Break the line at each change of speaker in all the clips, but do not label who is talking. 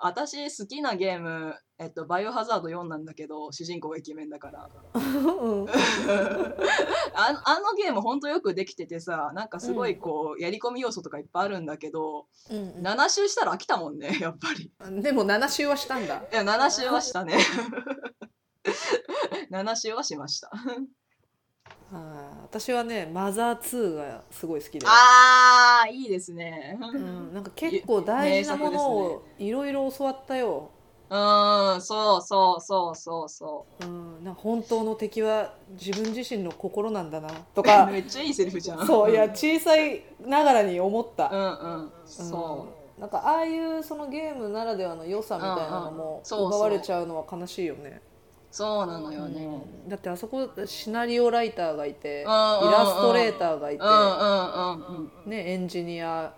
私好きなゲーム、えっと、バイオハザード4なんだけど、主人公がイケメンだ から。
うん
ああのゲームほんとよくできててさ、なんかすごいこう、やり込み要素とかいっぱいあるんだけど、
うん
7周したら飽きたもんね、やっぱり。
うん、でも7周はしたんだ
いや、7周はしたね。7周はしました。
あー私はねマザー2がすごい好きで、
あー、いいですね。
うん、なんか結構大事なもの
名作
をいろいろ教わったよ、
うーん、そうそうそうそうそ
うん、なんか本当の敵は自分自身の心なんだなと
う。
か
めっちゃいいセリフじゃん。
そういや
うん
小さいながらに思った、
うん、そう。
うなんかああいうそのゲームならではの良さみたいなの
うんうん
も
そうそう
奪われちゃうのは悲しいよね、
そうなのよね。うんうんうん
だってあそこシナリオライターがいてイ
うんうんうん
ラストレーターがいて、
うん
ね、エンジニア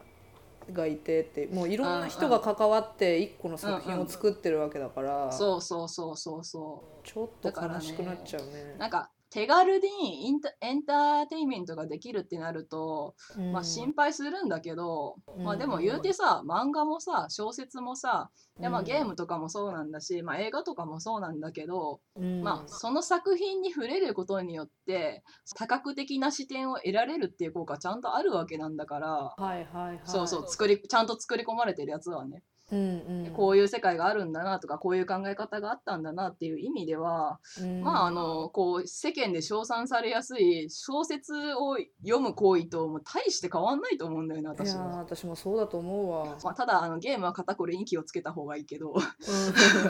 がいてってもういろんな人が関わって一個の作品を作ってるわけだから、
そうそうそうそうそ
ちょっと悲しくなっちゃうね
う。なんか手軽にインタエンターテインメントができるってなると、
うん
まあ心配するんだけど、
うん
まあでも言うてさ漫画もさ小説もさで、まあ、
うん
ゲームとかもそうなんだし、まあ、映画とかもそうなんだけど、
うん
まあその作品に触れることによって多角的な視点を得られるっていう効果ちゃんとあるわけなんだから、
はいはいはい
そうそう作りちゃんと作り込まれてるやつはね。
うんうん、
こういう世界があるんだなとかこういう考え方があったんだなっていう意味では、
うん
まああのこう世間で称賛されやすい小説を読む行為ともう大して変わんないと思うんだよね
い
私
やー
は。
私もそうだと思うわ、
まあ、ただあのゲームは肩こりに気をつけた方がいいけど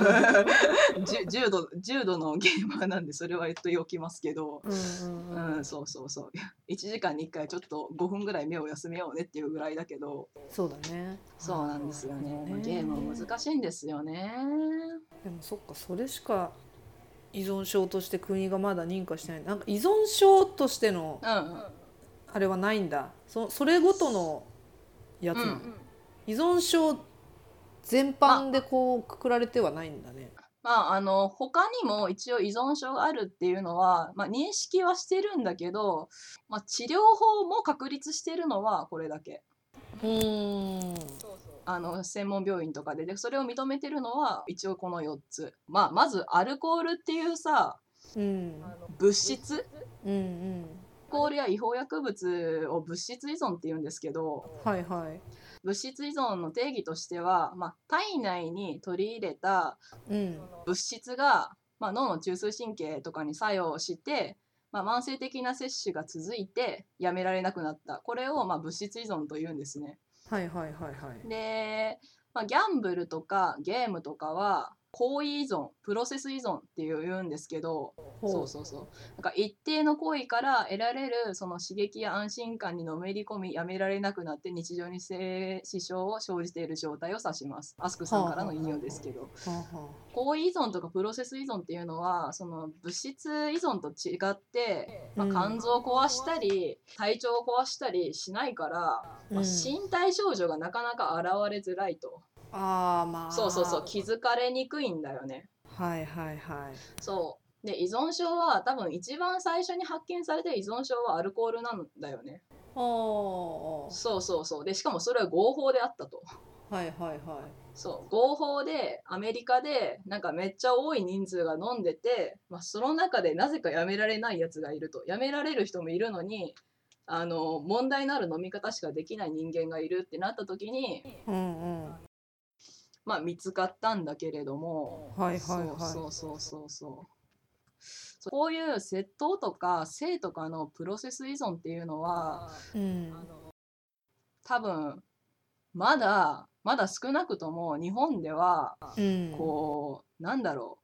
じゅ重度重度のゲーマーなんでそれは言っておきますけど、
うんうんうん
うん、そうそうそう1時間に1回ちょっと5分ぐらい目を休めようねっていうぐらいだけど
そうだね
そうなんですよね
うん
ゲームは難しいんですよね。
でもそっかそれしか依存症として国がまだ認可してないなんか依存症としての
うんうん
あれはないんだそそれごとのやつなの、
うん
依存症全般でこうくくられてはないんだね。
まあ、あの他にも一応依存症があるっていうのは、まあ、認識はしてるんだけど、まあ、治療法も確立してるのはこれだけ
うーん
あの専門病院とかででそれを認めてるのは一応この4つ、まあ、まずアルコールっていうさ
うん
物質
うんうん
アルコールや違法薬物を物質依存っていうんですけど
はいはい
物質依存の定義としては、まあ、体内に取り入れた
うん
物質が、まあ、脳の中枢神経とかに作用して、まあ、慢性的な摂取が続いてやめられなくなったこれをまあ物質依存というんですね。
はいはいはいはい
で、まあ、ギャンブルとかゲームとかは行為依存プロセス依存っていうんですけどそうそうそうなんか一定の行為から得られるその刺激や安心感にのめり込みやめられなくなって日常に性支障を生じている状態を指しますアスクさんからの引用ですけど。
はあは
行為依存とかプロセス依存っていうのはその物質依存と違って、まあ、
う
肝
ん
臓を壊したり、体調を壊したりしないから、
あ
まあ、身体症状がなかなか現れづらいと、
ああまあ
そうそうそう気づかれにくいんだよね
はいはいはい
そうで依存症は多分一番最初に発見されて依存症はアルコールなんだよね
おー
そうそうそうでしかもそれは合法であったと
はいはいは
そう合法でアメリカでなんかめっちゃ多い人数が飲んでて、まあ、その中でなぜかやめられないやつがいるとやめられる人もいるのにあの問題のある飲み方しかできない人間がいるってなった時に、
いうんうん
まあ、見つかったんだけれども、
はいはい
そ
は
うそうそうそうそうそうこういう窃盗とか性とかのプロセス依存っていうのは
いう
あ
ん
の多分まだまだ少なくとも日本では
うん
こうなんだろ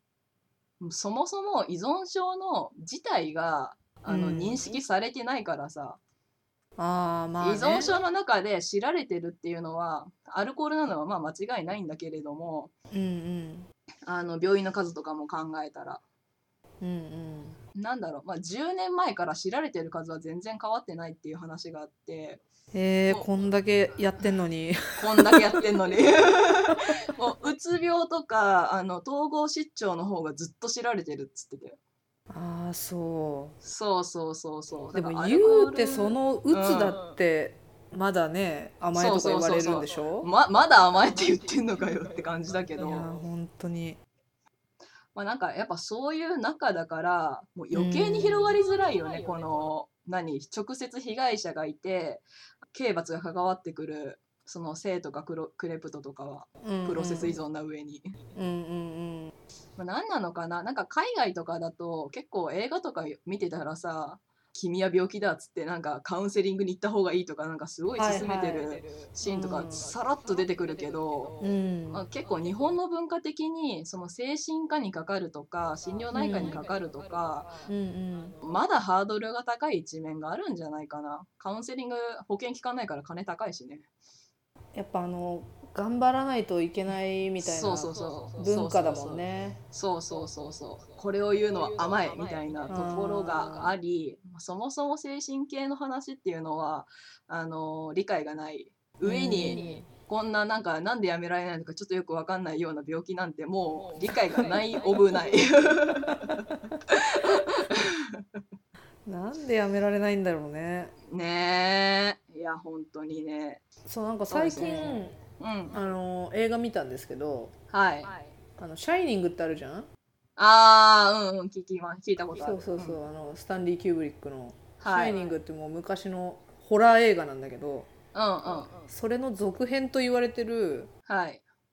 うそもそも依存症の自体があの
うん
認識されてないからさ、
ああまあ、ね、
依存症の中で知られてるっていうのはアルコールなのはまあ間違いないんだけれども
うんうん
あの病院の数とかも考えたら
うんうん
なんだろう、まあ、10年前から知られてる数は全然変わってないっていう話があって
へえこんだけやってんのに
こんだけやってんのに もううつ病とかあの統合失調の方がずっと知られてるっつってて
ああそう
そうそうそうそう
で
だから
も
ア
言
ルコー
う
ル
てその鬱だって、まだね甘えとか言われるんでしょ
ままだ甘えって言ってんのかよって感じだけ
い
ど、
や本当に
まあ、なんかやっぱそういう中だからもう余計に広がりづらいよね、この何直接被害者がいて刑罰が関わってくるその性とかクロクレプトとかはプロセス依存な上に、
うんうんうん
まあ、何なのかななんか海外とかだと結構映画とか見てたらさ君は病気だっつってなんかカウンセリングに行った方がいいとかなんかすごい勧めて
はいはい
るシーンとか
うん
さらっと出てくるけど、
うん
まあ、結構日本の文化的にその精神科にかかるとか心療内科にかかるとか、
うんうん
まだハードルが高い一面があるんじゃないかなカウンセリング保険効かないから金高いしね
やっぱあの頑張らないといけないみたい
そ
な
うそうそう
文化だもんね
そうそうそうそうこれを言うのは甘いみたいなところがありそもそも精神系の話っていうのはあの理解がない上にこんななんかなんでやめられないのかちょっとよくわかんないような病気なんてもう理解が ないオブない
なんでやめられないんだろうね
ねえいや本当にね
そうなんか最
そう
近、
ですうん
あの映画見たんですけど
はい
「あのシャイニング」ってあるじゃん
ああうんうん聞きま聞いたことあ
そ
る
うそうそう、
ん
あのスタンリー・キューブリックの「シ
は
ャ
い
イ
うんう
ニ
ん
ング」ってもう昔のホラー映画なんだけど、
は
それの続編と言われてる
い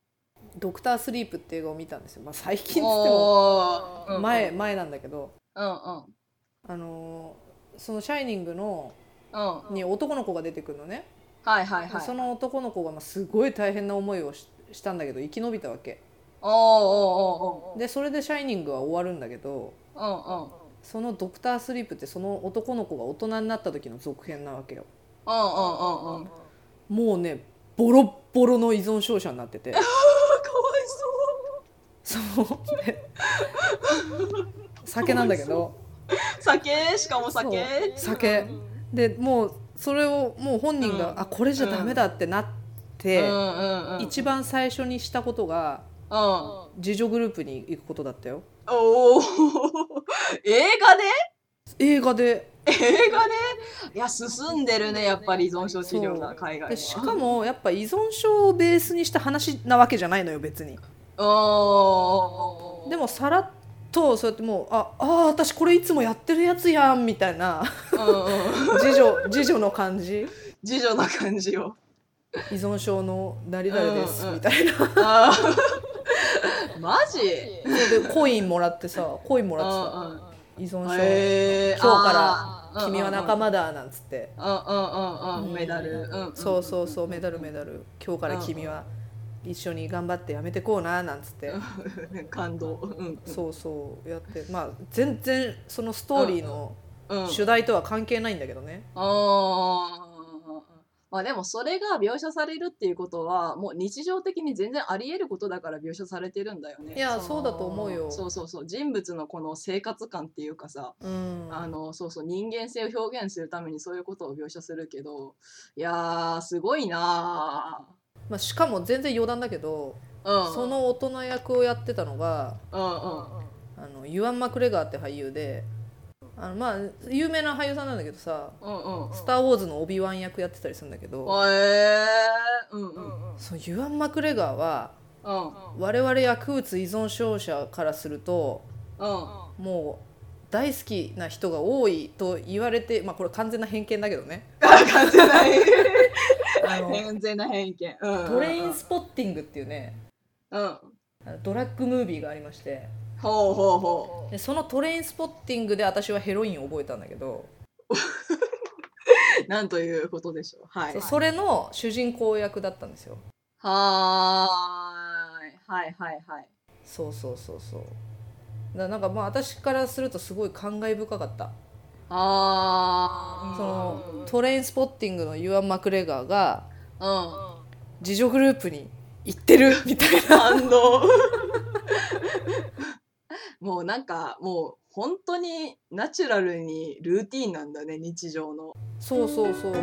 「ドクター・スリープ」って映画を見たんですよ、まあ、最近っつっても
おーうんうん
前前なんだけど
うんうん
あのーその「シャイニングの
うん」
に男の子が出てくるのね、
はいはいはい
その男の子がまあすごい大変な思いをししたんだけど生き延びたわけ
おーおーおーおー
でそれで「シャイニング」は終わるんだけど
うんうん
その「ドクター・スリープ」ってその男の子が大人になった時の続編なわけよ
うんうんうんうん。かわい
もうねボロッボロの依存症者になってて
そ
そうで酒なんだけど
う。酒しかも酒。
そう酒でもうそれをもう本人が、
うん
あこれじゃダメだってなっ
う
て、
んうんうん。
一番最初にしたことが
うん。お
自助グループに行くことだったよ
おー。 映画で
映画で
映画でいや進んでるねやっぱり依存症治療が
そう
海外
で
は
しかもやっぱ依存症をベースにした話なわけじゃないのよ別に
おー
でもさらっとそうやってもうああー私これいつもやってるやつやんみたいな
うんうん
自助自助の感じ
次女の感じを
依存症の誰々です
うんうん
みたいな
あーマジ
でコインもらってさコインもらってさ
今
依存症今日から君は仲間だなんつって
うんうんうんうんメダルうんうん
そうそうそうメダルメダル今日から君は一緒に頑張ってやめてこうななんつって
感動うん
そうそうやってまあ全然そのストーリーの
うん
主題とは関係ないんだけどね
あーまあでもそれが描写されるっていうことはもう日常的に全然あり得ることだから描写されてるんだよね。
いや
の
そうだと思うよ
そうそうそう人物のこの生活感っていうかさ
うん
あのそうそう人間性を表現するためにそういうことを描写するけどいやーすごいな
まあしかも全然余談だけど
ーうん
その大人役をやってたのが
うんうん
あのユアン・マクレガーって俳優であのまあ有名な俳優さんなんだけどさ
うんうん
「スター・ウォーズ」のオビワン役やってたりするんだけど
えー、うんうんうん
そのユアン・マクレガーは我々薬物依存症者からすると
うん
もう大好きな人が多いと言われてまあこれ完全な偏見だけどね
完全な
あの
偏見な偏見うん
トレインスポッティングっていうね
うん
あのドラッグムービーがありまして
ほうほうほう
でそのトレインスポッティングで私はヘロインを覚えたんだけど、
なんということでしょう。はい。
そう
は
それの主人公役だったんですよ
ーい。はいはいはい。
そうそうそうそうだからなんかまあ私からするとすごい感慨深かった
あ
そ
ー
のトレインスポッティングのユアン・マクレガーが
うん。
自助グループに行ってるみたいな
感動。もうなんか、もう本当にナチュラルにルーティーンなんだね、日常の。
そうそうそう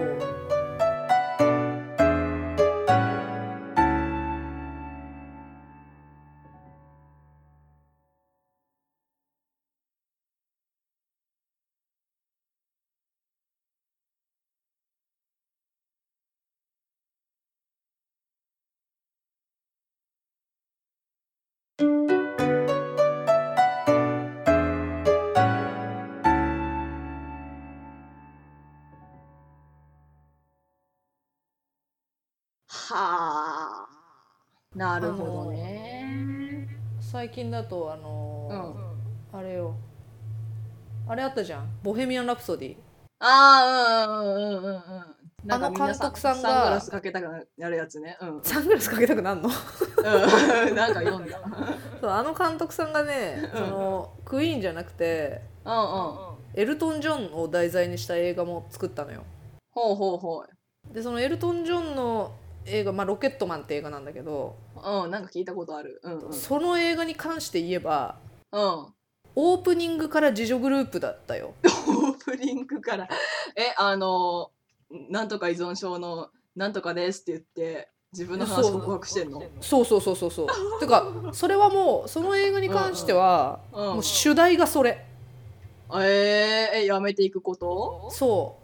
最近だとあ
う
の
ん
ーあれよあれあったじゃん「ボヘミアン・ラプソディ」
ああうんうんうんうんうんうんなんかみんな
あの監督さんが
サングラスかけたくなるやつねうん、うん
サングラスかけたくなんのそ
うん、なんか読んだ
うあの監督さんがねそのクイーンじゃなくて
うんうん
エルトン・ジョンを題材にした映画も作ったのよ
ほうほうほ
でそのエルトン・ジョンの映画「まあ、ロケットマン」って映画なんだけど
ううんなんか聞いたことあるうんうんうん
その映画に関して言えばオープニングから自助グループだったよ
オープニングから えあのなんとか依存症のなんとかですって言って自分の話
そう
告白してんの
そうそうそうそうそうてかそれはもうその映画に関しては
うん
もう主題がそれ
えー、えやめていくこと
そ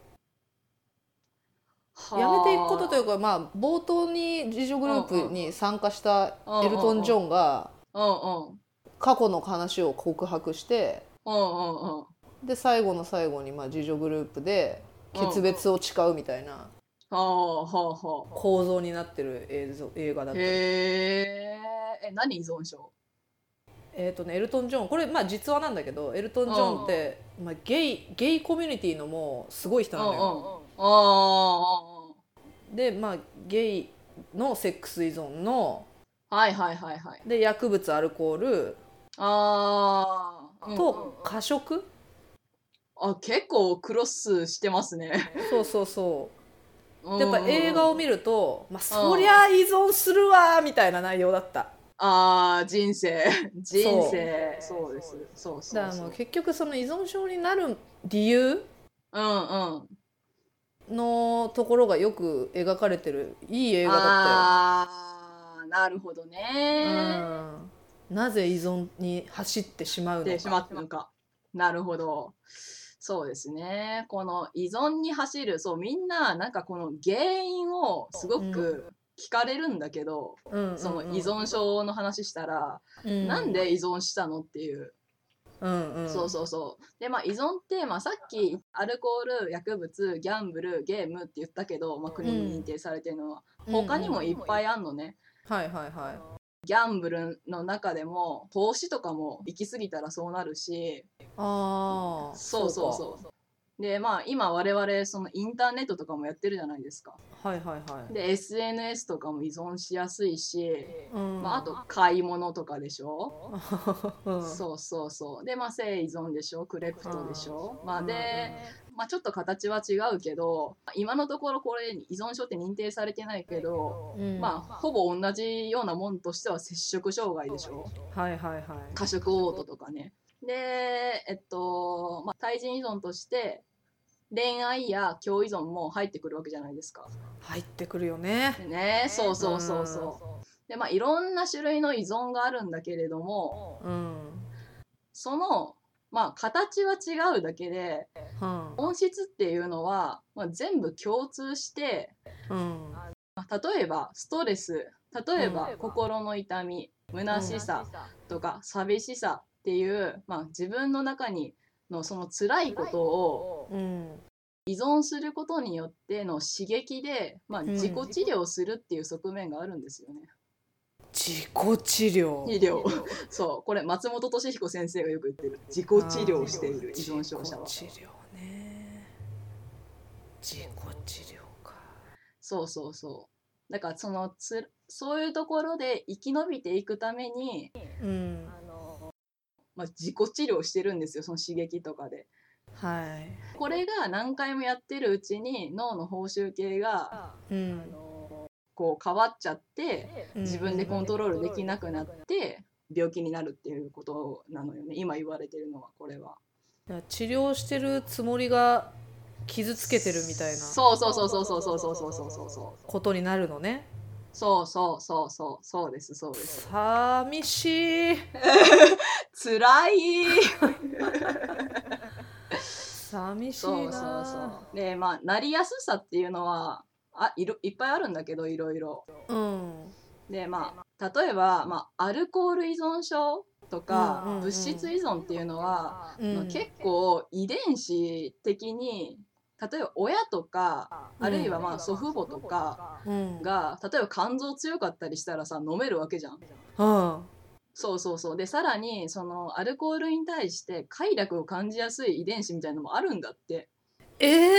うやめていくことといううかまあ冒頭に自助グループに参加した
うんうん
エルトン・ジョンが
うん
過去の話を告白して
うんうんうんうん
で最後の最後にまあ自助グループで決別を誓うみたいな
はあはあは
構造になってる映像映画だ
あ
った
へーえ何依存症
えーとね、エルトン・ジョンこれまあ実話なんだけどエルトン・ジョンって、まあ、ゲイゲイコミュニティのもうすごい人
うん
な
うん
のよ、
ああ
でまあゲイのセックス依存の
はいはいはいはい
で薬物アルコール
ああ
と過食、
あ結構クロスしてますね。
そうそうそ
や
うでやっぱ映画を
る
見ると、まあ、そりゃあ依存するわーみたいな内容だった
あー人 生人生そうですそうそ
だ
う
から
そ
もう
う
結局その依存症になる理由
うんうん
のところがよく描かれてるいい映画だっ
あーなるほど
たよ、
ね。
うん、なぜ依存に走ってしま
っ
うの
て
か
しまったのかなるほどそうですねこの依存に走るそうみんななんかこの原因をすごく聞かれるんだけど、
うんうんうん
その依存症の話したら、
うん
なんで依存したのっていう
うんうん、
そうそうそう。で、まあ、依存って、まあ、さっきアルコール、薬物、ギャンブル、ゲームって言ったけど、まあ、国に認定されてるのは、他にもいっぱいあんのね。
はいはいはい
ギャンブルの中でも投資とかも行き過ぎたらそうなるし
ああ
そうそう
か
そうでまあ今我々そのインターネットとかもやってるじゃないですか
はいはいはい。
で SNS とかも依存しやすいし、
うん
まあ、あと買い物とかでしょ、
うん
そうそうそうでまあ性依存でしょクレプトでしょまあ
うん
で、まあ、ちょっと形は違うけど今のところこれ依存症って認定されてないけど、
うん
まあほぼ同じようなもんとしては摂食障害でしょ
はいはいはい。
過食嘔吐とかね。でえっと、まあ、対人依存として恋愛や共依存も入ってくるわけじゃないですか。
入ってくるよね。
でねそうそうそうそう。でまあいろんな種類の依存があるんだけれども、
うん。
その、まあ、形は違うだけで
うん。
本質っていうのは、まあ、全部共通して、
うん。
まあ、例えばストレス例えば
うん
心の痛み虚しさとか寂しさっていう、まあ、自分の中にのその辛いことを
うん。
依存することによっての刺激で、まあ、
ん
自己治療するっていう側面があるんですよね。
自己治療。
治療そうこれ松本敏彦先生がよく言ってる自己治療をしている依存症者は。
自己治療ね。自己治療か。
そうそうそう。だからそのつそういうところで生き延びていくために、
うん。
まあ、自己治療してるんですよその刺激とかで。
は
これが何回もやってるうちに脳の報酬系が
い。うん。
こう変わっちゃって
うん
自分でコントロールできなくなって病気になるっていうことなのよね今言われてるのはこれは。
だから治療してるつもりが傷つけてるみたいな
そうそうそうそうそうそうそうそうそうそうそう
ことになるのね。
そうそうそうそうそうですそうです。
寂しい。
辛い
寂しいな。
そうそうそう。でまあなりやすさっていうのはあいろいっぱいあるんだけどいろいろ。
うん。
でまあ例えば、まあ、アルコール依存症とか、
うんうんうん
物質依存っていうのは、
うん
まあ結構遺伝子的に例えば親とかあるいはまあ祖父母とか
うん、
が例えば肝臓強かったりしたらさ飲めるわけじゃん。
うん
そうそうそうでさらにそのアルコールに対して快楽を感じやすい遺伝子みたいなのもあるんだって
ええ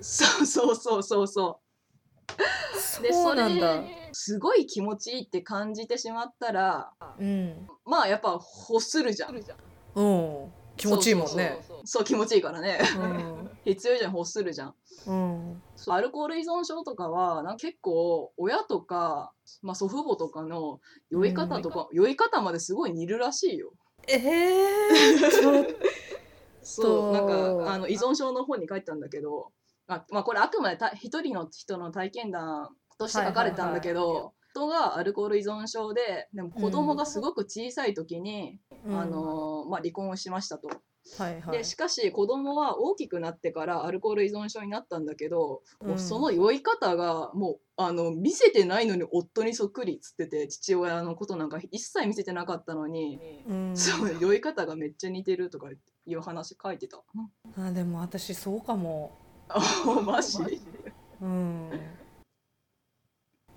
そうそうそうそうそ
ー、
うで
そうなんだ
それすごい気持ちいいって感じてしまったら
うん
まあやっぱ欲するじゃん
うん気持ちいいもんね
そう気持ちいいからね
うん
必要以上に欲するじゃん
うん
そうアルコール依存症とかはなんか結構親とか、まあ、祖父母とかの酔い方とか、酔い方まですごい似るらしいよ。
ええー、ちょっ
そうなん
そう
かあの依存症の本に書いてたんだけど、まあまあ、これあくまでた一人の人の体験談として書かれてたんだけど。人がアルコール依存症ででも子供がすごく小さい時に、
と
あのまあ、離婚をしましたと。
はいはい
でしかし子供は大きくなってからアルコール依存症になったんだけど、もううんその酔い方がもうあの見せてないのに夫にそっくりっつってて父親のことなんか一切見せてなかったのに、
うん
そう酔い方がめっちゃ似てるとかいう話書い てた。
あでも私そうかも
あマジ
うん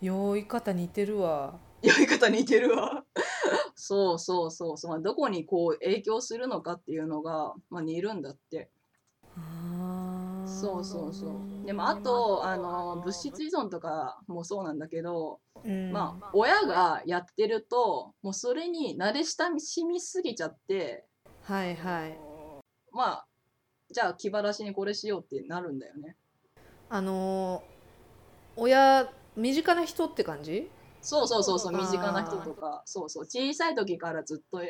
酔い方似てるわ
酔い方似てるわそうそうそうそう、まあ、どこにこう影響するのかっていうのが、まあ、似るんだって。
あー
そうそうそう。でもあとあの物質依存とかもそうなんだけど、
うん
まあ親がやってるともうそれに慣れ親しみすぎちゃって
はいはい
まあじゃあ気晴らしにこれしようってなるんだよね。
あのー親身近な人って感じ
そうそうそうそう
あー
身近な人とかそうそう小さい時からずっと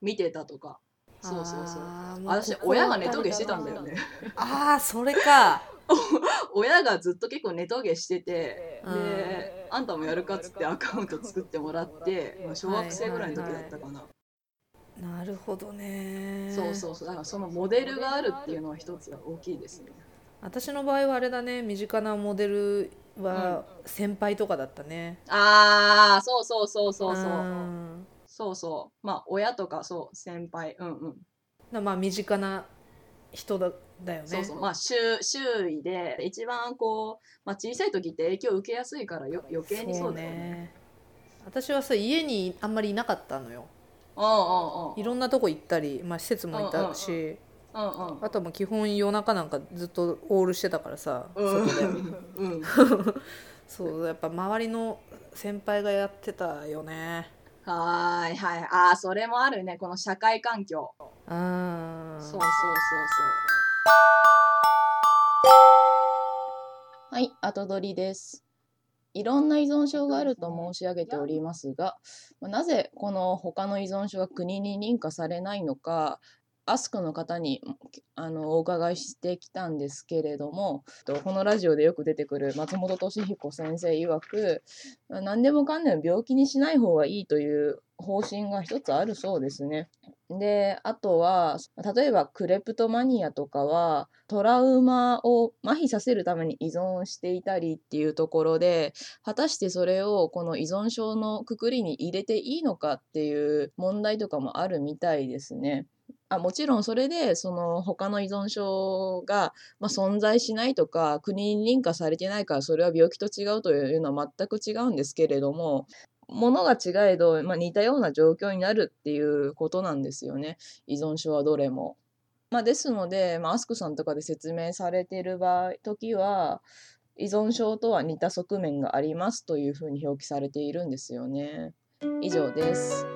見てたとかそうそうそう。
あーもう
私
心
親が寝トゲしてたんだよね。
ああそれか
親がずっと結構寝トゲしてて。
うん
で、あんたもやるかっつってアカウント作ってもらって、まあ、小学生ぐらいの時だったかな。
なるほどね
そうそうそう、だからそのモデルがあるっていうのは一つが大きいですね。
私の場合はあれだね身近なモデルは先輩とかだったね、
ああ、そうそうそうそうそうう。
ん
そうそう、まあ、親とか、そう、先輩、うんうん。
だまあ身近な人だだよね
そうそう、まあ、周、周囲で、一番こう、まあ、小さい時って影響受けやすいから、よ、余計にそうだよね。
私はさ家にあんまりいなかったのよ
うんうんうん。
いろんなとこ行ったり、まあ、施設もいたし、
うんうん。
あとはもう基本夜中なんかずっとオールしてたからさ、
うん
外で
うん、
そうやっぱ周りの先輩がやってたよね
はーいはいああそれもあるねこの社会環境
うん
そうそうそうそう。はい、後取りです。いろんな依存症があると申し上げておりますが、まあなぜこの他の依存症が国に認可されないのか、アスクの方にあのお伺いしてきたんですけれども、とこのラジオでよく出てくる松本敏彦先生曰く、まあ何でもかんでも病気にしない方がいいという方針が一つあるそうですね。であとは例えばクレプトマニアとかはトラウマを麻痺させるために依存していたりっていうところで果たしてそれをこの依存症のくくりに入れていいのかっていう問題とかもあるみたいですね。あもちろんそれでその他の依存症が、まあ、存在しないとか国に認可されてないからそれは病気と違うというのは全く違うんですけれども、ものが違えど、まあ、似たような状況になるっていうことなんですよね依存症はどれも。まあ、ですので、まあ、アスクさんとかで説明されている場合時は依存症とは似た側面がありますというふうに表記されているんですよね。以上です。